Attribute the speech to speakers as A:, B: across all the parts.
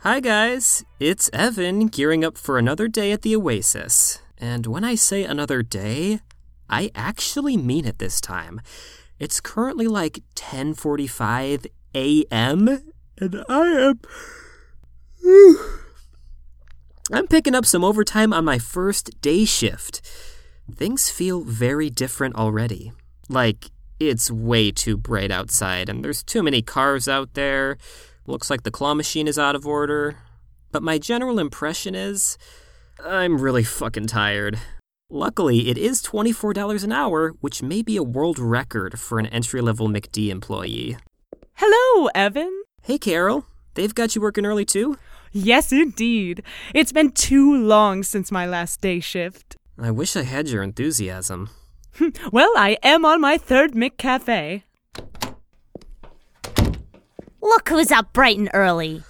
A: Hi, guys. It's Evan gearing up for another day at the Oasis. And when I say another day, I actually mean it this time. It's currently like 10:45 a.m. and I am I'm picking up some overtime on my first day shift. Things feel very different already. Like, it's way too bright outside, and there's too many cars out there. Looks like the claw machine is out of order. But my general impression is I'm really fucking tired. Luckily, it is $24 an hour, which may be a world record for an entry level McD employee.
B: Hello, Evan.
A: Hey, Carol. They've got you working early too?
B: Yes, indeed. It's been too long since my last day shift.
A: I wish I had your enthusiasm.
B: Well, I am on my third McCafe.
C: Look who's up bright and early.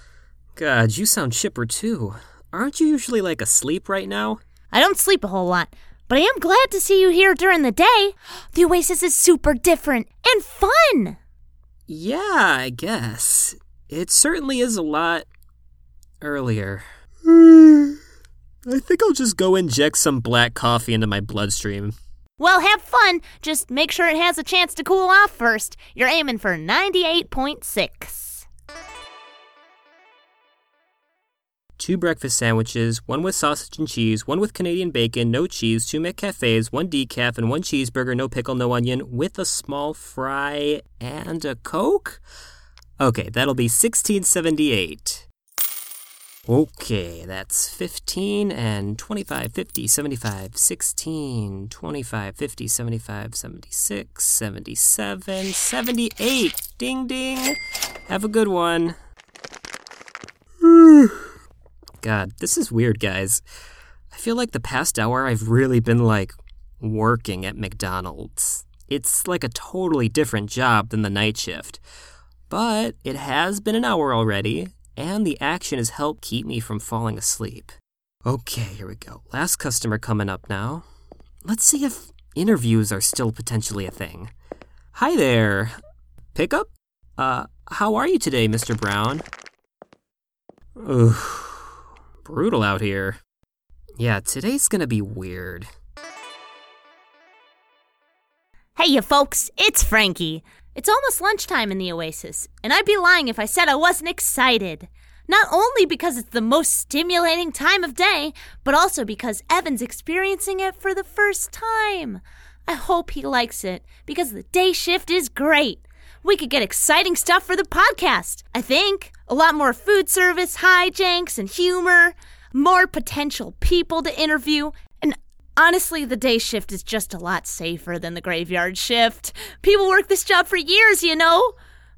A: God, you sound chipper too. Aren't you usually like asleep right now?
C: I don't sleep a whole lot, but I am glad to see you here during the day. The Oasis is super different and fun.
A: Yeah, I guess. It certainly is a lot earlier. Hmm. I think I'll just go inject some black coffee into my bloodstream.
C: Well, have fun. Just make sure it has a chance to cool off first. You're aiming for 98.6.
A: Two breakfast sandwiches, one with sausage and cheese, one with Canadian bacon, no cheese, two McCafes, one decaf, and one cheeseburger, no pickle, no onion, with a small fry and a Coke? Okay, that'll be 1678. Okay, that's 15 and 25, 50, 75, 16, 25, 50, 75, 76, 77, 78. Ding ding. Have a good one. God, this is weird, guys. I feel like the past hour I've really been like working at McDonald's. It's like a totally different job than the night shift. But it has been an hour already, and the action has helped keep me from falling asleep. Okay, here we go. Last customer coming up now. Let's see if interviews are still potentially a thing. Hi there. Pickup? Uh, how are you today, Mr. Brown? Ugh, brutal out here. Yeah, today's gonna be weird.
C: Hey, you folks, it's Frankie. It's almost lunchtime in the Oasis, and I'd be lying if I said I wasn't excited. Not only because it's the most stimulating time of day, but also because Evan's experiencing it for the first time. I hope he likes it, because the day shift is great. We could get exciting stuff for the podcast, I think. A lot more food service, hijinks, and humor, more potential people to interview, and Honestly, the day shift is just a lot safer than the graveyard shift. People work this job for years, you know?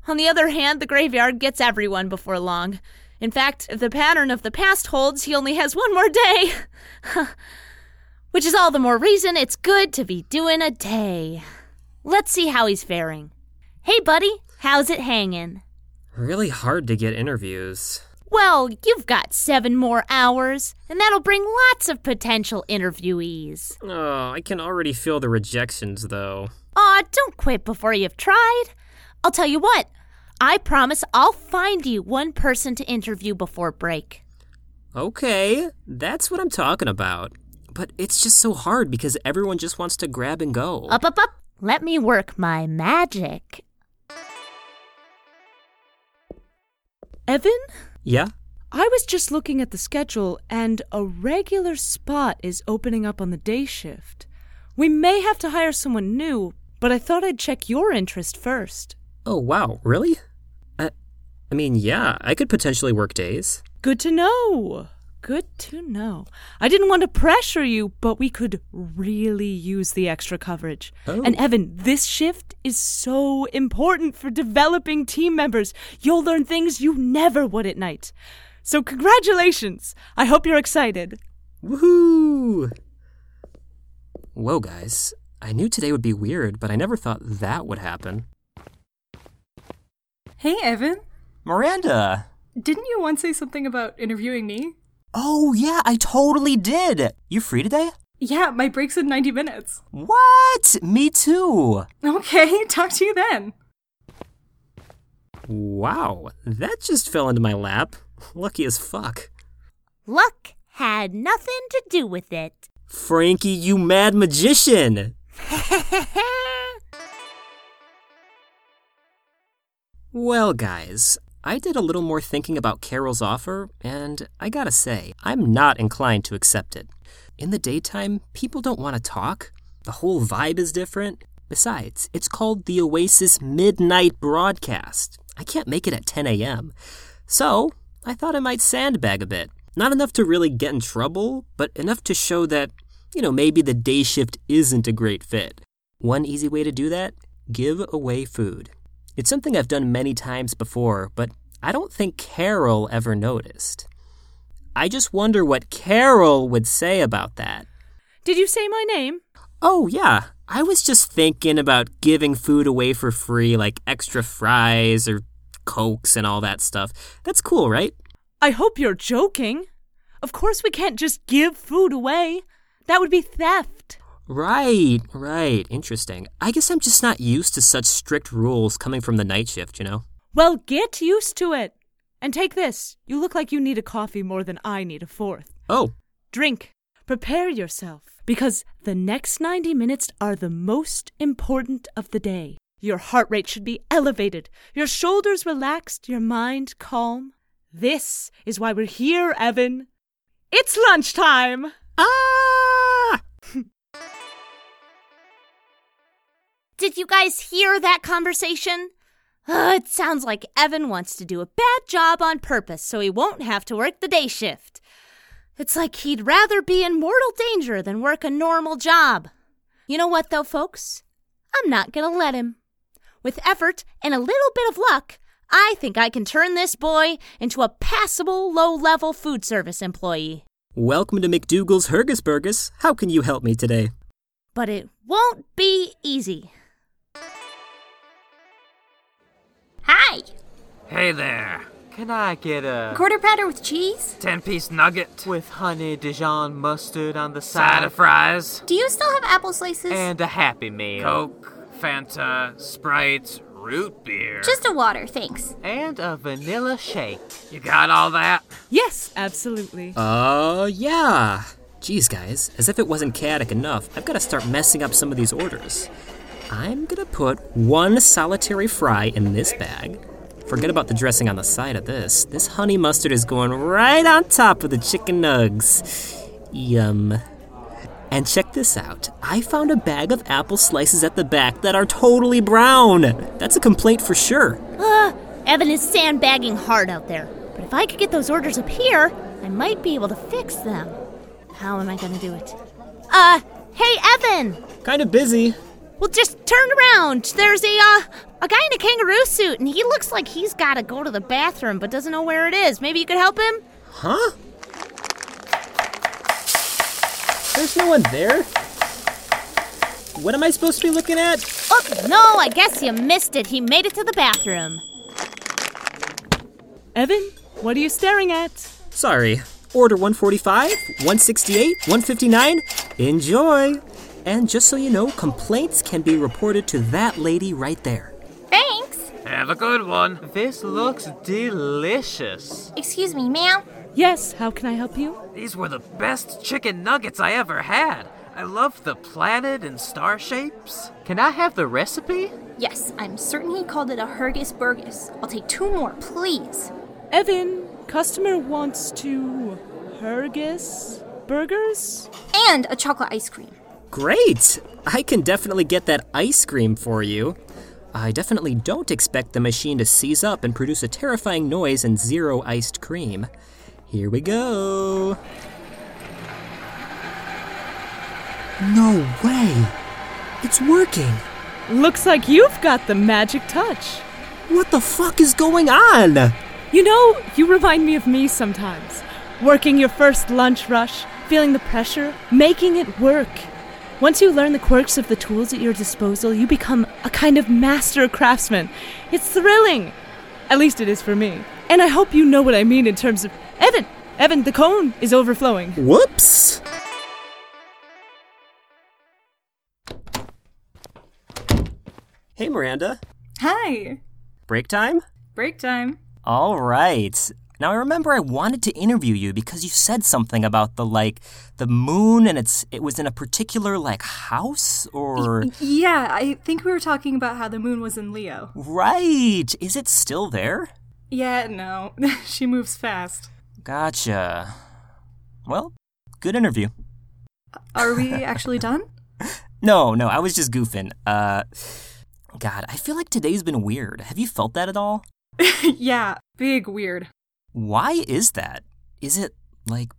C: On the other hand, the graveyard gets everyone before long. In fact, if the pattern of the past holds, he only has one more day. Which is all the more reason it's good to be doing a day. Let's see how he's faring. Hey, buddy, how's it hangin'?
A: Really hard to get interviews.
C: Well, you've got seven more hours, and that'll bring lots of potential interviewees.
A: Oh, I can already feel the rejections, though.
C: Aw, don't quit before you've tried. I'll tell you what, I promise I'll find you one person to interview before break.
A: Okay, that's what I'm talking about. But it's just so hard because everyone just wants to grab and go.
C: Up, up, up. Let me work my magic.
B: Evan?
A: Yeah?
B: I was just looking at the schedule, and a regular spot is opening up on the day shift. We may have to hire someone new, but I thought I'd check your interest first.
A: Oh, wow, really? I, I mean, yeah, I could potentially work days.
B: Good to know. Good to know. I didn't want to pressure you, but we could really use the extra coverage.
A: Oh.
B: And Evan, this shift is so important for developing team members. You'll learn things you never would at night. So, congratulations. I hope you're excited.
A: Woohoo! Whoa, guys. I knew today would be weird, but I never thought that would happen.
D: Hey, Evan.
E: Miranda!
D: Didn't you once say something about interviewing me?
E: Oh, yeah, I totally did! You free today?
D: Yeah, my break's in 90 minutes.
E: What? Me too!
D: Okay, talk to you then.
A: Wow, that just fell into my lap. Lucky as fuck.
C: Luck had nothing to do with it.
A: Frankie, you mad magician! Well, guys, I did a little more thinking about Carol's offer, and I gotta say, I'm not inclined to accept it. In the daytime, people don't want to talk. The whole vibe is different. Besides, it's called the Oasis Midnight Broadcast. I can't make it at 10 a.m. So, I thought I might sandbag a bit. Not enough to really get in trouble, but enough to show that, you know, maybe the day shift isn't a great fit. One easy way to do that give away food. It's something I've done many times before, but I don't think Carol ever noticed. I just wonder what Carol would say about that.
B: Did you say my name?
A: Oh, yeah. I was just thinking about giving food away for free, like extra fries or cokes and all that stuff. That's cool, right?
B: I hope you're joking. Of course, we can't just give food away. That would be theft.
A: Right, right. Interesting. I guess I'm just not used to such strict rules coming from the night shift, you know?
B: Well, get used to it. And take this. You look like you need a coffee more than I need a fourth.
A: Oh,
B: Drink. Prepare yourself. Because the next 90 minutes are the most important of the day. Your heart rate should be elevated, your shoulders relaxed, your mind calm. This is why we're here, Evan. It's lunchtime!
A: ah!
C: Did you guys hear that conversation?
B: Uh,
C: Ugh, it sounds like Evan wants to do a bad job on purpose so he won't have to work the day shift. It's like he'd rather be in mortal danger than work a normal job. You know what, though, folks? I'm not gonna let him. With effort and a little bit of luck, I think I can turn this boy into a passable low level food service employee.
A: Welcome to McDougal's Hergus Burgus. How can you help me today?
C: But it won't be easy. Hi!
F: Hey there. Can I get a
G: Quarter pounder with cheese?
F: 10 piece nugget
H: with honey Dijon mustard on the
F: side of fries
G: Do you still have apple slices?
H: and a happy meal
F: Coke, Fanta, Sprite, root beer?
G: Just a water, thanks.
H: and a vanilla shake.
F: You got all that?
B: Yes, absolutely.
A: Uh, yeah. Geez, guys, as if it wasn't chaotic enough, I've got to start messing up some of these orders. I'm gonna put one solitary fry in this bag. Forget about the dressing on the side of this. This honey mustard is going right on top of the chicken nugs. Yum. And check this out. I found a bag of apple slices at the back that are totally brown. That's a complaint for sure.
C: Ugh, Uh, Evan is sandbagging hard out there. But if I could get those orders up here, I might be able to fix them. How am I gonna do it? Uh, hey, Evan!
A: Kind of busy.
C: Well, just turn around. There's a, uh, a guy in a kangaroo suit, and he looks like he's gotta go to the bathroom but doesn't know where it is. Maybe you could help him?
A: Huh? There's no one there? What am I supposed to be looking at?
C: Oh, no, I guess you missed it. He made it to the bathroom.
B: Evan, what are you staring at?
A: Sorry. Order 145, 168, 159. Enjoy! And just so you know, complaints can be reported to that lady right there.
G: Thanks.
F: Have a good one.
H: This looks delicious.
G: Excuse me, ma'am.
B: Yes, how can I help you?
F: These were the best chicken nuggets I ever had. I love the planet and star shapes.
H: Can I have the recipe?
G: Yes, I'm certain he called it a Hergus Burgus. I'll take two more, please.
B: Evan, customer wants to Hergus burgers?
G: And a chocolate ice cream.
A: Great! I can definitely get that ice cream for you. I definitely don't expect the machine to seize up and produce a terrifying noise and zero iced cream. Here we go. No way! It's working!
B: Looks like you've got the magic touch.
A: What the fuck is going on?
B: You know, you remind me of me sometimes.
C: Working your first lunch rush, feeling the pressure, making it work. Once you learn the quirks of the tools at your disposal, you become a kind of master craftsman. It's thrilling! At least it is for me. And I hope you know what I mean in terms of. Evan! Evan, the cone is overflowing.
I: Whoops! Hey, Miranda.
D: Hi.
I: Break time?
D: Break time.
A: All right. Now I remember I wanted to interview you because you said something about the like the moon and it's it was in a particular like house or
D: Yeah, I think we were talking about how the moon was in Leo.
A: right. Is it still there?
D: Yeah, no. she moves fast.
A: Gotcha. Well, good interview.
D: Are we actually done?
A: No, no, I was just goofing. Uh God, I feel like today's been weird. Have you felt that at all?
D: yeah, big weird.
A: Why is that? Is it like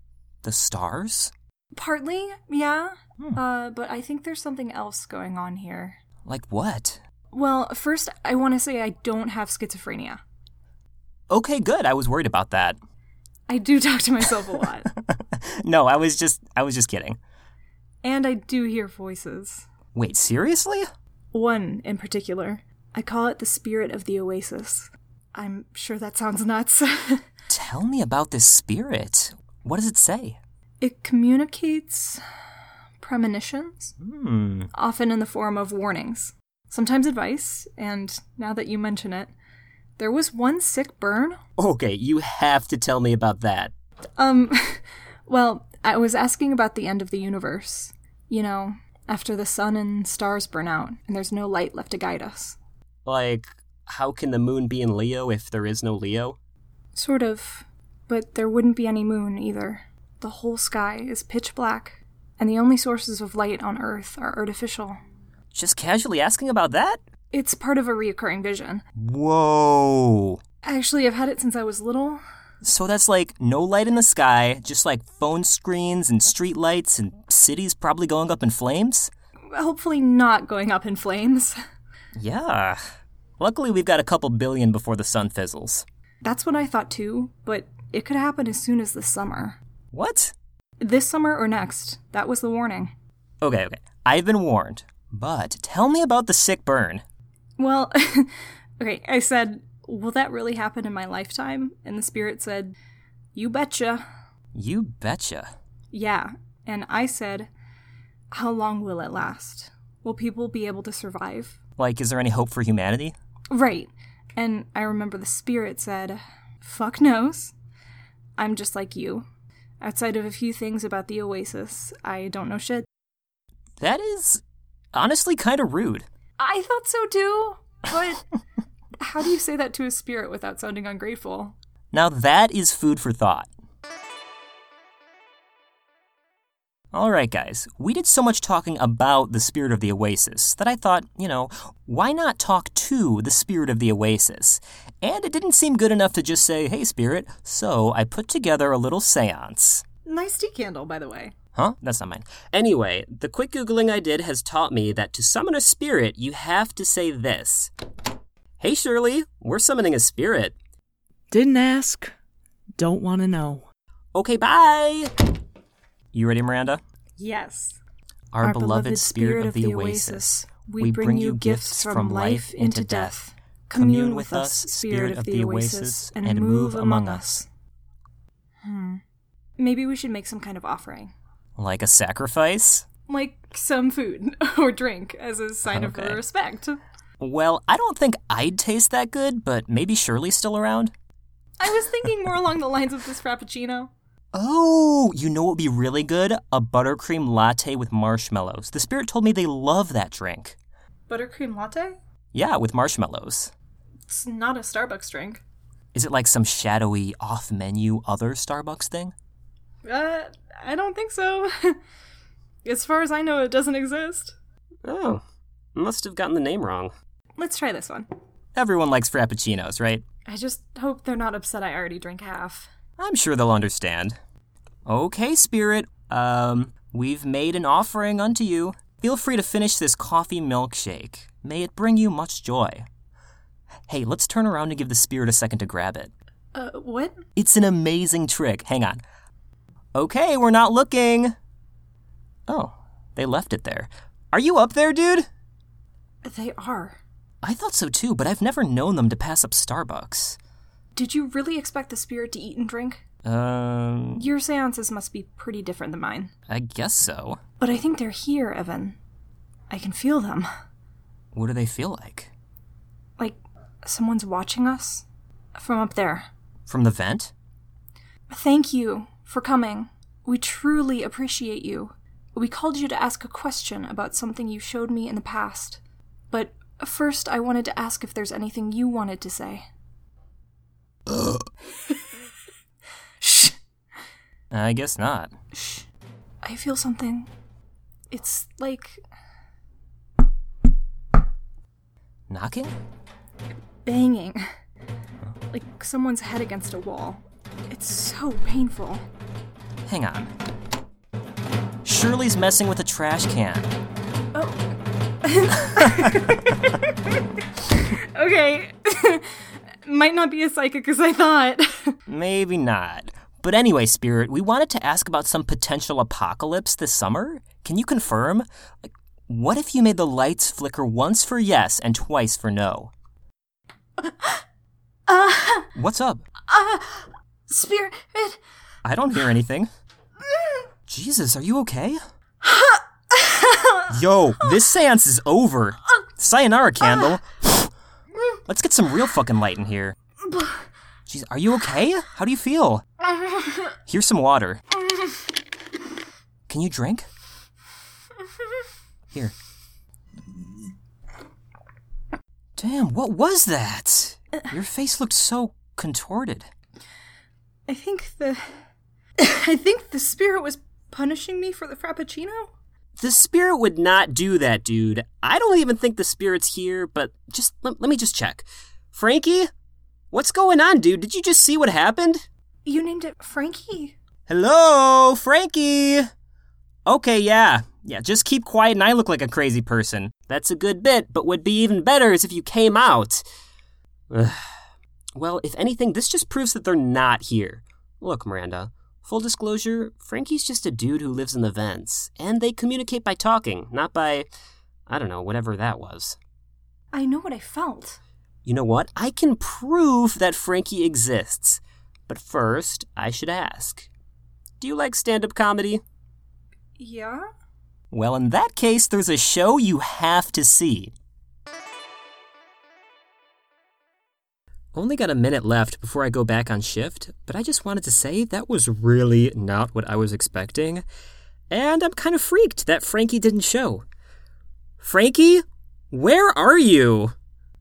A: the stars?
D: Partly, yeah. Uh, but I think there's something else going on here.
A: Like what?
D: Well, first, I want to say I don't have schizophrenia.
A: Okay, good. I was worried about that.
D: I do talk to myself a lot,
A: no, I was just I was just kidding.
D: and I do hear voices.
A: Wait, seriously?
D: One in particular. I call it the spirit of the oasis. I'm sure that sounds nuts.
A: Tell me about this spirit. What does it say?
D: it communicates premonitions,
A: Hmm.
D: often in the form of warnings, sometimes advice, and now that you mention it, there was one sick burn
A: Okay, you have to tell me about that.
D: Um, well, I was asking about the end of the universe. You know, after the sun and stars burn out and there's no light left to guide us.
A: Like, how can the moon be in Leo if there is no Leo?
D: Sort of. But there wouldn't be any moon either. The whole sky is pitch black, and the only sources of light on Earth are artificial.
A: Just casually asking about that?
D: It's part of a reoccurring vision.
A: Whoa.
D: Actually, I've had it since I was little.
A: So that's like no light in the sky, just like phone screens and street lights and cities probably going up in flames?
D: Hopefully, not going up in flames.
A: Yeah. Luckily, we've got a couple billion before the sun fizzles.
D: That's what I thought too, but it could happen as soon as this summer.
A: What?
D: This summer or next. That was the warning.
A: Okay, okay. I've been warned. But tell me about the sick burn.
D: Well, okay, I said, Will that really happen in my lifetime? And the spirit said, You betcha.
A: You betcha.
D: Yeah. And I said, How long will it last? Will people be able to survive?
A: Like, is there any hope for humanity?
D: Right. And I remember the spirit said, Fuck knows. I'm just like you. Outside of a few things about the oasis, I don't know shit.
A: That is honestly kind of rude.
D: I thought so too, but how do you say that to a spirit without sounding ungrateful?
A: Now, that is food for thought. All right, guys, we did so much talking about the spirit of the oasis that I thought, you know, why not talk to the spirit of the oasis? And it didn't seem good enough to just say, hey, spirit, so I put together a little seance.
D: Nice tea candle, by the way.
A: Huh? That's not mine.
I: Anyway, the quick Googling I did has taught me that to summon a spirit, you have to say this Hey, Shirley, we're summoning a spirit.
C: Didn't ask. Don't want to know.
I: Okay, bye.
A: You ready, Miranda?
D: Yes.
A: Our, beloved, spirit, of the oasis,
D: we, bring you gifts from life into death. Commune with us, spirit of the oasis, and move among us. Hmm. Maybe we should make some kind of offering.
A: Like a sacrifice?
D: Like some food or drink as a sign
A: Okay.
D: of respect.
A: Well, I don't think I'd taste that good, but maybe Shirley's still around.
D: I was thinking more along the lines of this Frappuccino.
A: Oh, you know what would be really good? A buttercream latte with marshmallows. The spirit told me they love that drink.
D: Buttercream latte?
A: Yeah, with marshmallows.
D: It's not a Starbucks drink.
A: Is it like some shadowy off menu other Starbucks thing?
D: Uh, I don't think so. as far as I know, it doesn't exist.
I: Oh, must have gotten the name wrong.
D: Let's try this one.
A: Everyone likes frappuccinos, right?
D: I just hope they're not upset I already drank half.
A: I'm sure they'll understand. Okay, spirit. Um, we've made an offering unto you. Feel free to finish this coffee milkshake. May it bring you much joy. Hey, let's turn around and give the spirit a second to grab it.
D: Uh, what?
A: It's an amazing trick. Hang on.
E: Okay, we're not looking. Oh, they left it there. Are you up there, dude?
D: They are.
E: I thought so too, but I've never known them to pass up Starbucks.
D: Did you really expect the spirit to eat and drink?
E: Um,
D: Your seances must be pretty different than mine.
E: I guess so.
D: But I think they're here, Evan. I can feel them.
E: What do they feel like?
D: Like someone's watching us from up there.
E: From the vent?
D: Thank you for coming. We truly appreciate you. We called you to ask a question about something you showed me in the past. But first, I wanted to ask if there's anything you wanted to say. Shh.
E: I guess not.
D: Shh. I feel something. It's like
E: Knocking?
D: banging. Like someone's head against a wall. It's so painful.
E: Hang on. Shirley's messing with a trash can.
D: Oh. okay. Might not be as psychic as I thought.
E: Maybe not. But anyway, Spirit, we wanted to ask about some potential apocalypse this summer. Can you confirm? Like, what if you made the lights flicker once for yes and twice for no? What's up?
D: Spirit.
E: I don't hear anything. Jesus, are you okay? Yo, this seance is over. Sayonara, candle. Let's get some real fucking light in here. Jeez, are you okay? How do you feel? Here's some water. Can you drink? Here. Damn, what was that? Your face looked so contorted.
D: I think the. I think the spirit was punishing me for the Frappuccino?
A: The spirit would not do that, dude. I don't even think the spirit's here, but just let, let me just check. Frankie, what's going on, dude? Did you just see what happened?
D: You named it Frankie?
E: Hello, Frankie. Okay, yeah. Yeah, just keep quiet and I look like a crazy person. That's a good bit, but would be even better is if you came out. Ugh. well, if anything, this just proves that they're not here. Look, Miranda, full disclosure, Frankie's just a dude who lives in the vents, and they communicate by talking, not by, I don't know, whatever that was.
D: I know what I felt.
A: You know what? I can prove that Frankie exists. But first, I should ask Do you like stand up comedy?
D: Yeah?
E: Well, in that case, there's a show you have to see.
A: Only got a minute left before I go back on shift, but I just wanted to say that was really not what I was expecting. And I'm kind of freaked that Frankie didn't show. Frankie, where are you?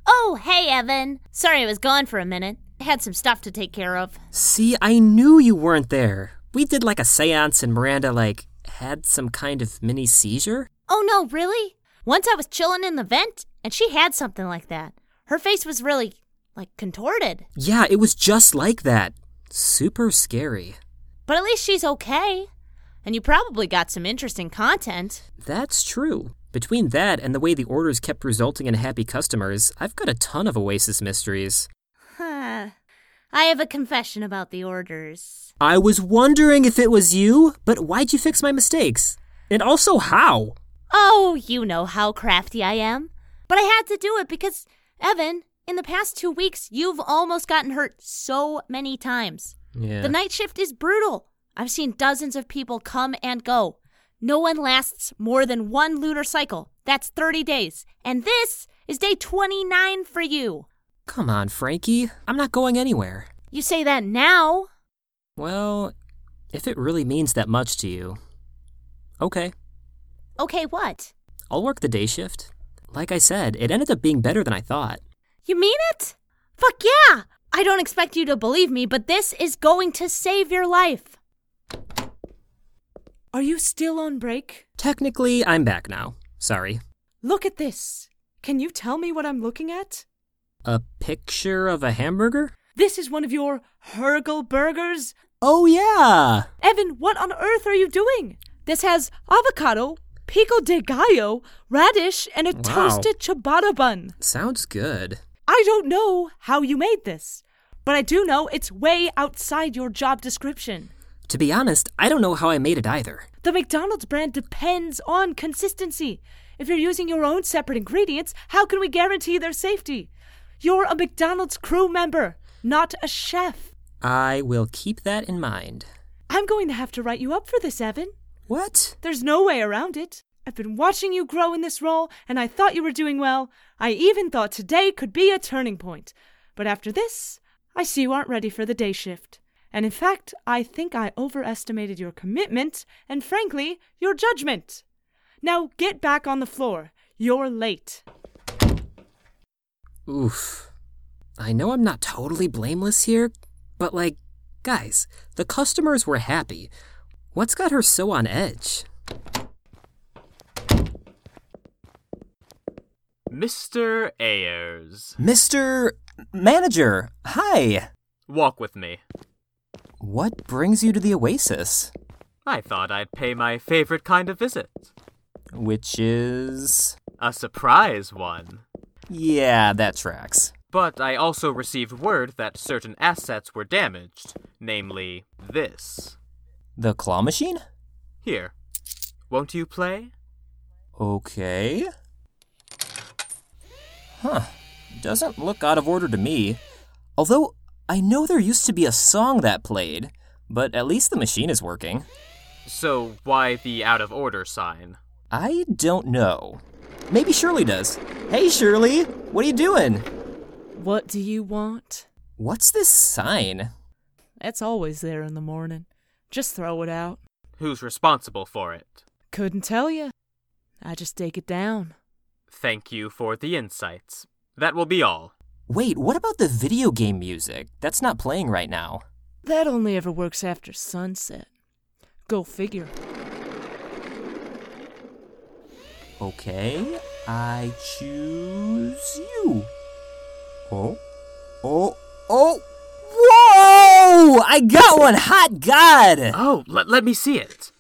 C: Oh, hey, Evan. Sorry I was gone for a minute. I had some stuff to take care of.
A: See, I knew you weren't there. We did like a seance, and Miranda, like, had some kind of mini seizure?
C: Oh, no, really? Once I was chilling in the vent, and she had something like that. Her face was really, like, contorted.
A: Yeah, it was just like that. Super scary.
C: But at least she's okay. And you probably got some interesting content.
A: That's true. Between that and the way the orders kept resulting in happy customers, I've got a ton of Oasis mysteries.
C: Huh. I have a confession about the orders.
A: I was wondering if it was you, but why'd you fix my mistakes? And also, how?
C: Oh, you know how crafty I am. But I had to do it because, Evan, in the past two weeks, you've almost gotten hurt so many times.
A: Yeah.
C: The night shift is brutal. I've seen dozens of people come and go. No one lasts more than one lunar cycle. That's 30 days. And this is day 29 for you.
A: Come on, Frankie. I'm not going anywhere.
C: You say that now?
A: Well, if it really means that much to you. Okay,
C: Okay, what?
A: I'll work the day shift. Like I said, it ended up being better than I thought.
C: You mean it? Fuck yeah! I don't expect you to believe me, but this is going to save your life.
B: Are you still on break?
A: Technically, I'm back now. Sorry.
B: Look at this. Can you tell me what I'm looking at?
A: A picture of a hamburger?
B: This is one of your Hergel burgers.
A: Oh, yeah!
B: Evan, what on earth are you doing? This has avocado, pico de gallo, radish, and a
A: Wow.
B: toasted ciabatta bun.
A: Sounds good.
B: I don't know how you made this, but I do know it's way outside your job description.
J: To be honest, I don't know how I made it either.
C: The McDonald's brand depends on consistency. If you're using your own separate ingredients, how can we guarantee their safety? You're a McDonald's crew member, not a chef.
J: I will keep that in mind.
C: I'm going to have to write you up for this, Evan.
J: What?
C: There's no way around it. I've been watching you grow in this role, and I thought you were doing well. I even thought today could be a turning point. But after this, I see you aren't ready for the day shift. And in fact, I think I overestimated your commitment and, frankly, your judgment. Now get back on the floor. You're late.
J: Oof. I know I'm not totally blameless here, but like, guys, the customers were happy. What's got her so on edge?
H: Mr. Ayers.
A: Mr. Manager, hi.
H: Walk with me.
A: What brings you to the Oasis?
H: I thought I'd pay my favorite kind of visit
A: Which is.
H: a surprise one.
A: Yeah, that tracks.
H: But I also received word that certain assets were damaged, namely this.
A: The claw machine?
H: Here. Won't you play?
A: Okay. Huh. Doesn't look out of order to me. Although, I know there used to be a song that played, but at least the machine is working.
H: So, why the out of order sign?
A: I don't know. Maybe Shirley does. Hey, Shirley! What are you doing?
C: What do you want?
A: What's this sign?
C: That's always there in the morning. Just throw it out.
H: Who's responsible for it?
C: Couldn't tell you. I just take it down.
H: Thank you for the insights. That will be all.
A: Wait, what about the video game music? That's not playing right now.
C: That only ever works after sunset. Go figure.
A: Okay, I choose you. Oh, oh, oh! Whoa! I got one! Hot God!
H: Oh, let, let me see it.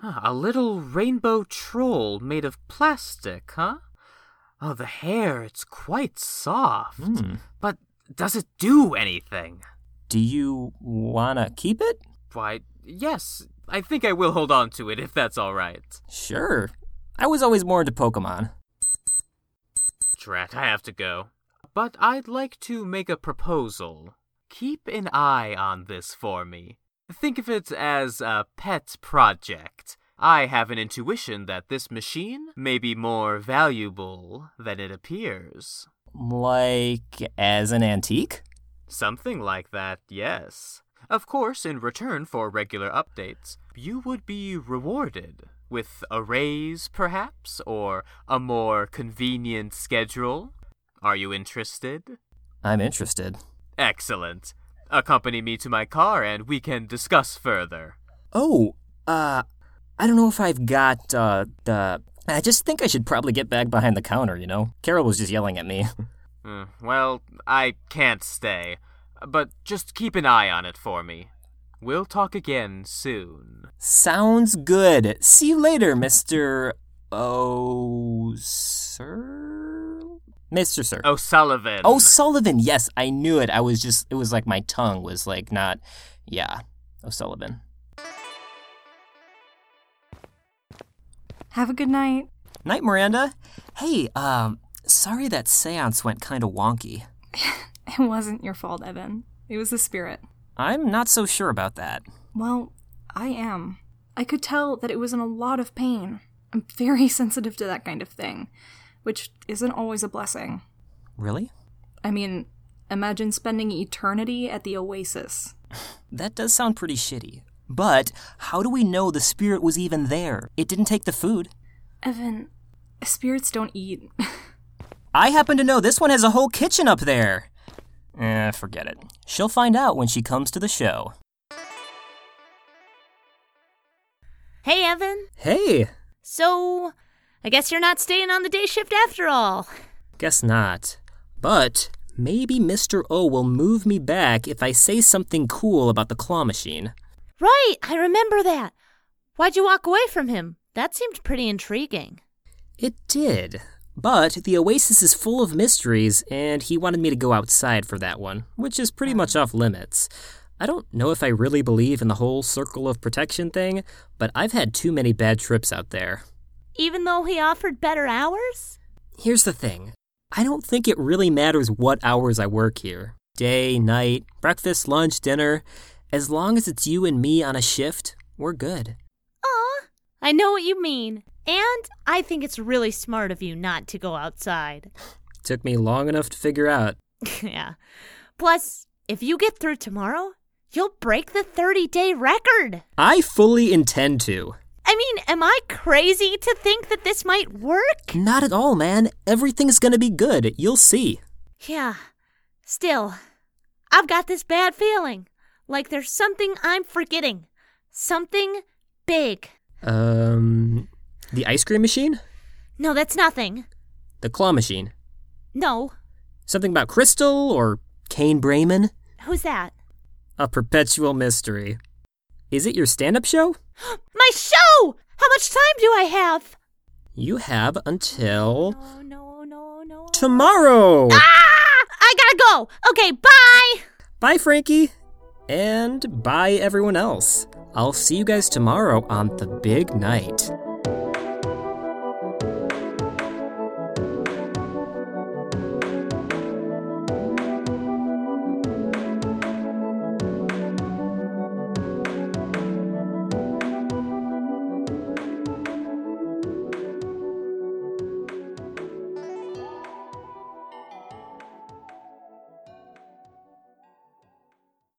H: Huh, a little rainbow troll made of plastic, huh? Oh, the hair, it's quite soft.
A: Hmm.
H: But does it do anything?
A: Do you wanna keep it?
H: Why, yes, I think I will hold on to it if that's all right.
A: Sure. I was always more into Pokemon.
H: Drat, I have to go. But I'd like to make a proposal. Keep an eye on this for me. Think of it as a pet project. I have an intuition that this machine may be more valuable than it appears.
A: Like, as an antique?
H: Something like that, yes. Of course, in return for regular updates, you would be rewarded with a raise, perhaps, or a more convenient schedule. Are you interested?
A: I'm interested.
H: Excellent. Accompany me to my car and we can discuss further.
A: Oh, uh, I don't know if I've got, uh, the. I just think I should probably get back behind the counter, you know? Carol was just yelling at me.
H: Hmm, well, I can't stay, but just keep an eye on it for me. We'll talk again soon.
A: Sounds good. See you later, Mr. Oh, sir? Mr. Sir.
H: O'Sullivan.
A: Oh, Sullivan. Yes, I knew it. I was just, it was like my tongue was like not, yeah, Oh, O'Sullivan.
D: Have a good night.
A: Night, Miranda. Hey, um, sorry that seance went kind of wonky.
D: It wasn't your fault, Evan. It was the spirit.
A: I'm not so sure about that.
D: Well, I am. I could tell that it was in a lot of pain. I'm very sensitive to that kind of thing, which isn't always a blessing.
A: Really?
D: I mean, imagine spending eternity at the oasis.
A: That does sound pretty shitty. But how do we know the spirit was even there? It didn't take the food.
D: Evan, spirits don't eat.
A: I happen to know this one has a whole kitchen up there. Eh, forget it. She'll find out when she comes to the show.
K: Hey, Evan.
J: Hey,
K: So, I guess you're not staying on the day shift after all.
J: guess not. But maybe Mr. O will move me back if I say something cool about the claw machine.
K: Right, I remember that. Why'd you walk away from him? That seemed pretty intriguing.
J: It did. But the oasis is full of mysteries, and he wanted me to go outside for that one, which is pretty much off limits.
A: I don't know if I really believe in the whole circle of protection thing, but I've had too many bad trips out there.
C: Even though he offered better hours?
A: Here's the thing I don't think it really matters what hours I work here day, night, breakfast, lunch, dinner. As long as it's you and me on a shift, we're good.
C: Aw, I know what you mean. And I think it's really smart of you not to go outside.
A: Took me long enough to figure out.
C: yeah. Plus, if you get through tomorrow, you'll break the 30 day record.
A: I fully intend to.
C: I mean, am I crazy to think that this might work?
A: Not at all, man. Everything's gonna be good. You'll see.
C: Yeah. Still, I've got this bad feeling. Like there's something I'm forgetting. Something big.
A: Um, the ice cream machine?
C: No, that's nothing.
A: The claw machine?
C: No.
A: Something about Crystal or Kane Brayman?
C: Who's that?
A: A perpetual mystery. Is it your stand up show?
C: My show! How much time do I have?
A: You have until.
C: No, no, no, no.
A: Oh. Tomorrow!
C: Ah! I gotta go! Okay, bye!
A: Bye, Frankie! And bye, everyone else. I'll see you guys tomorrow on The Big Night.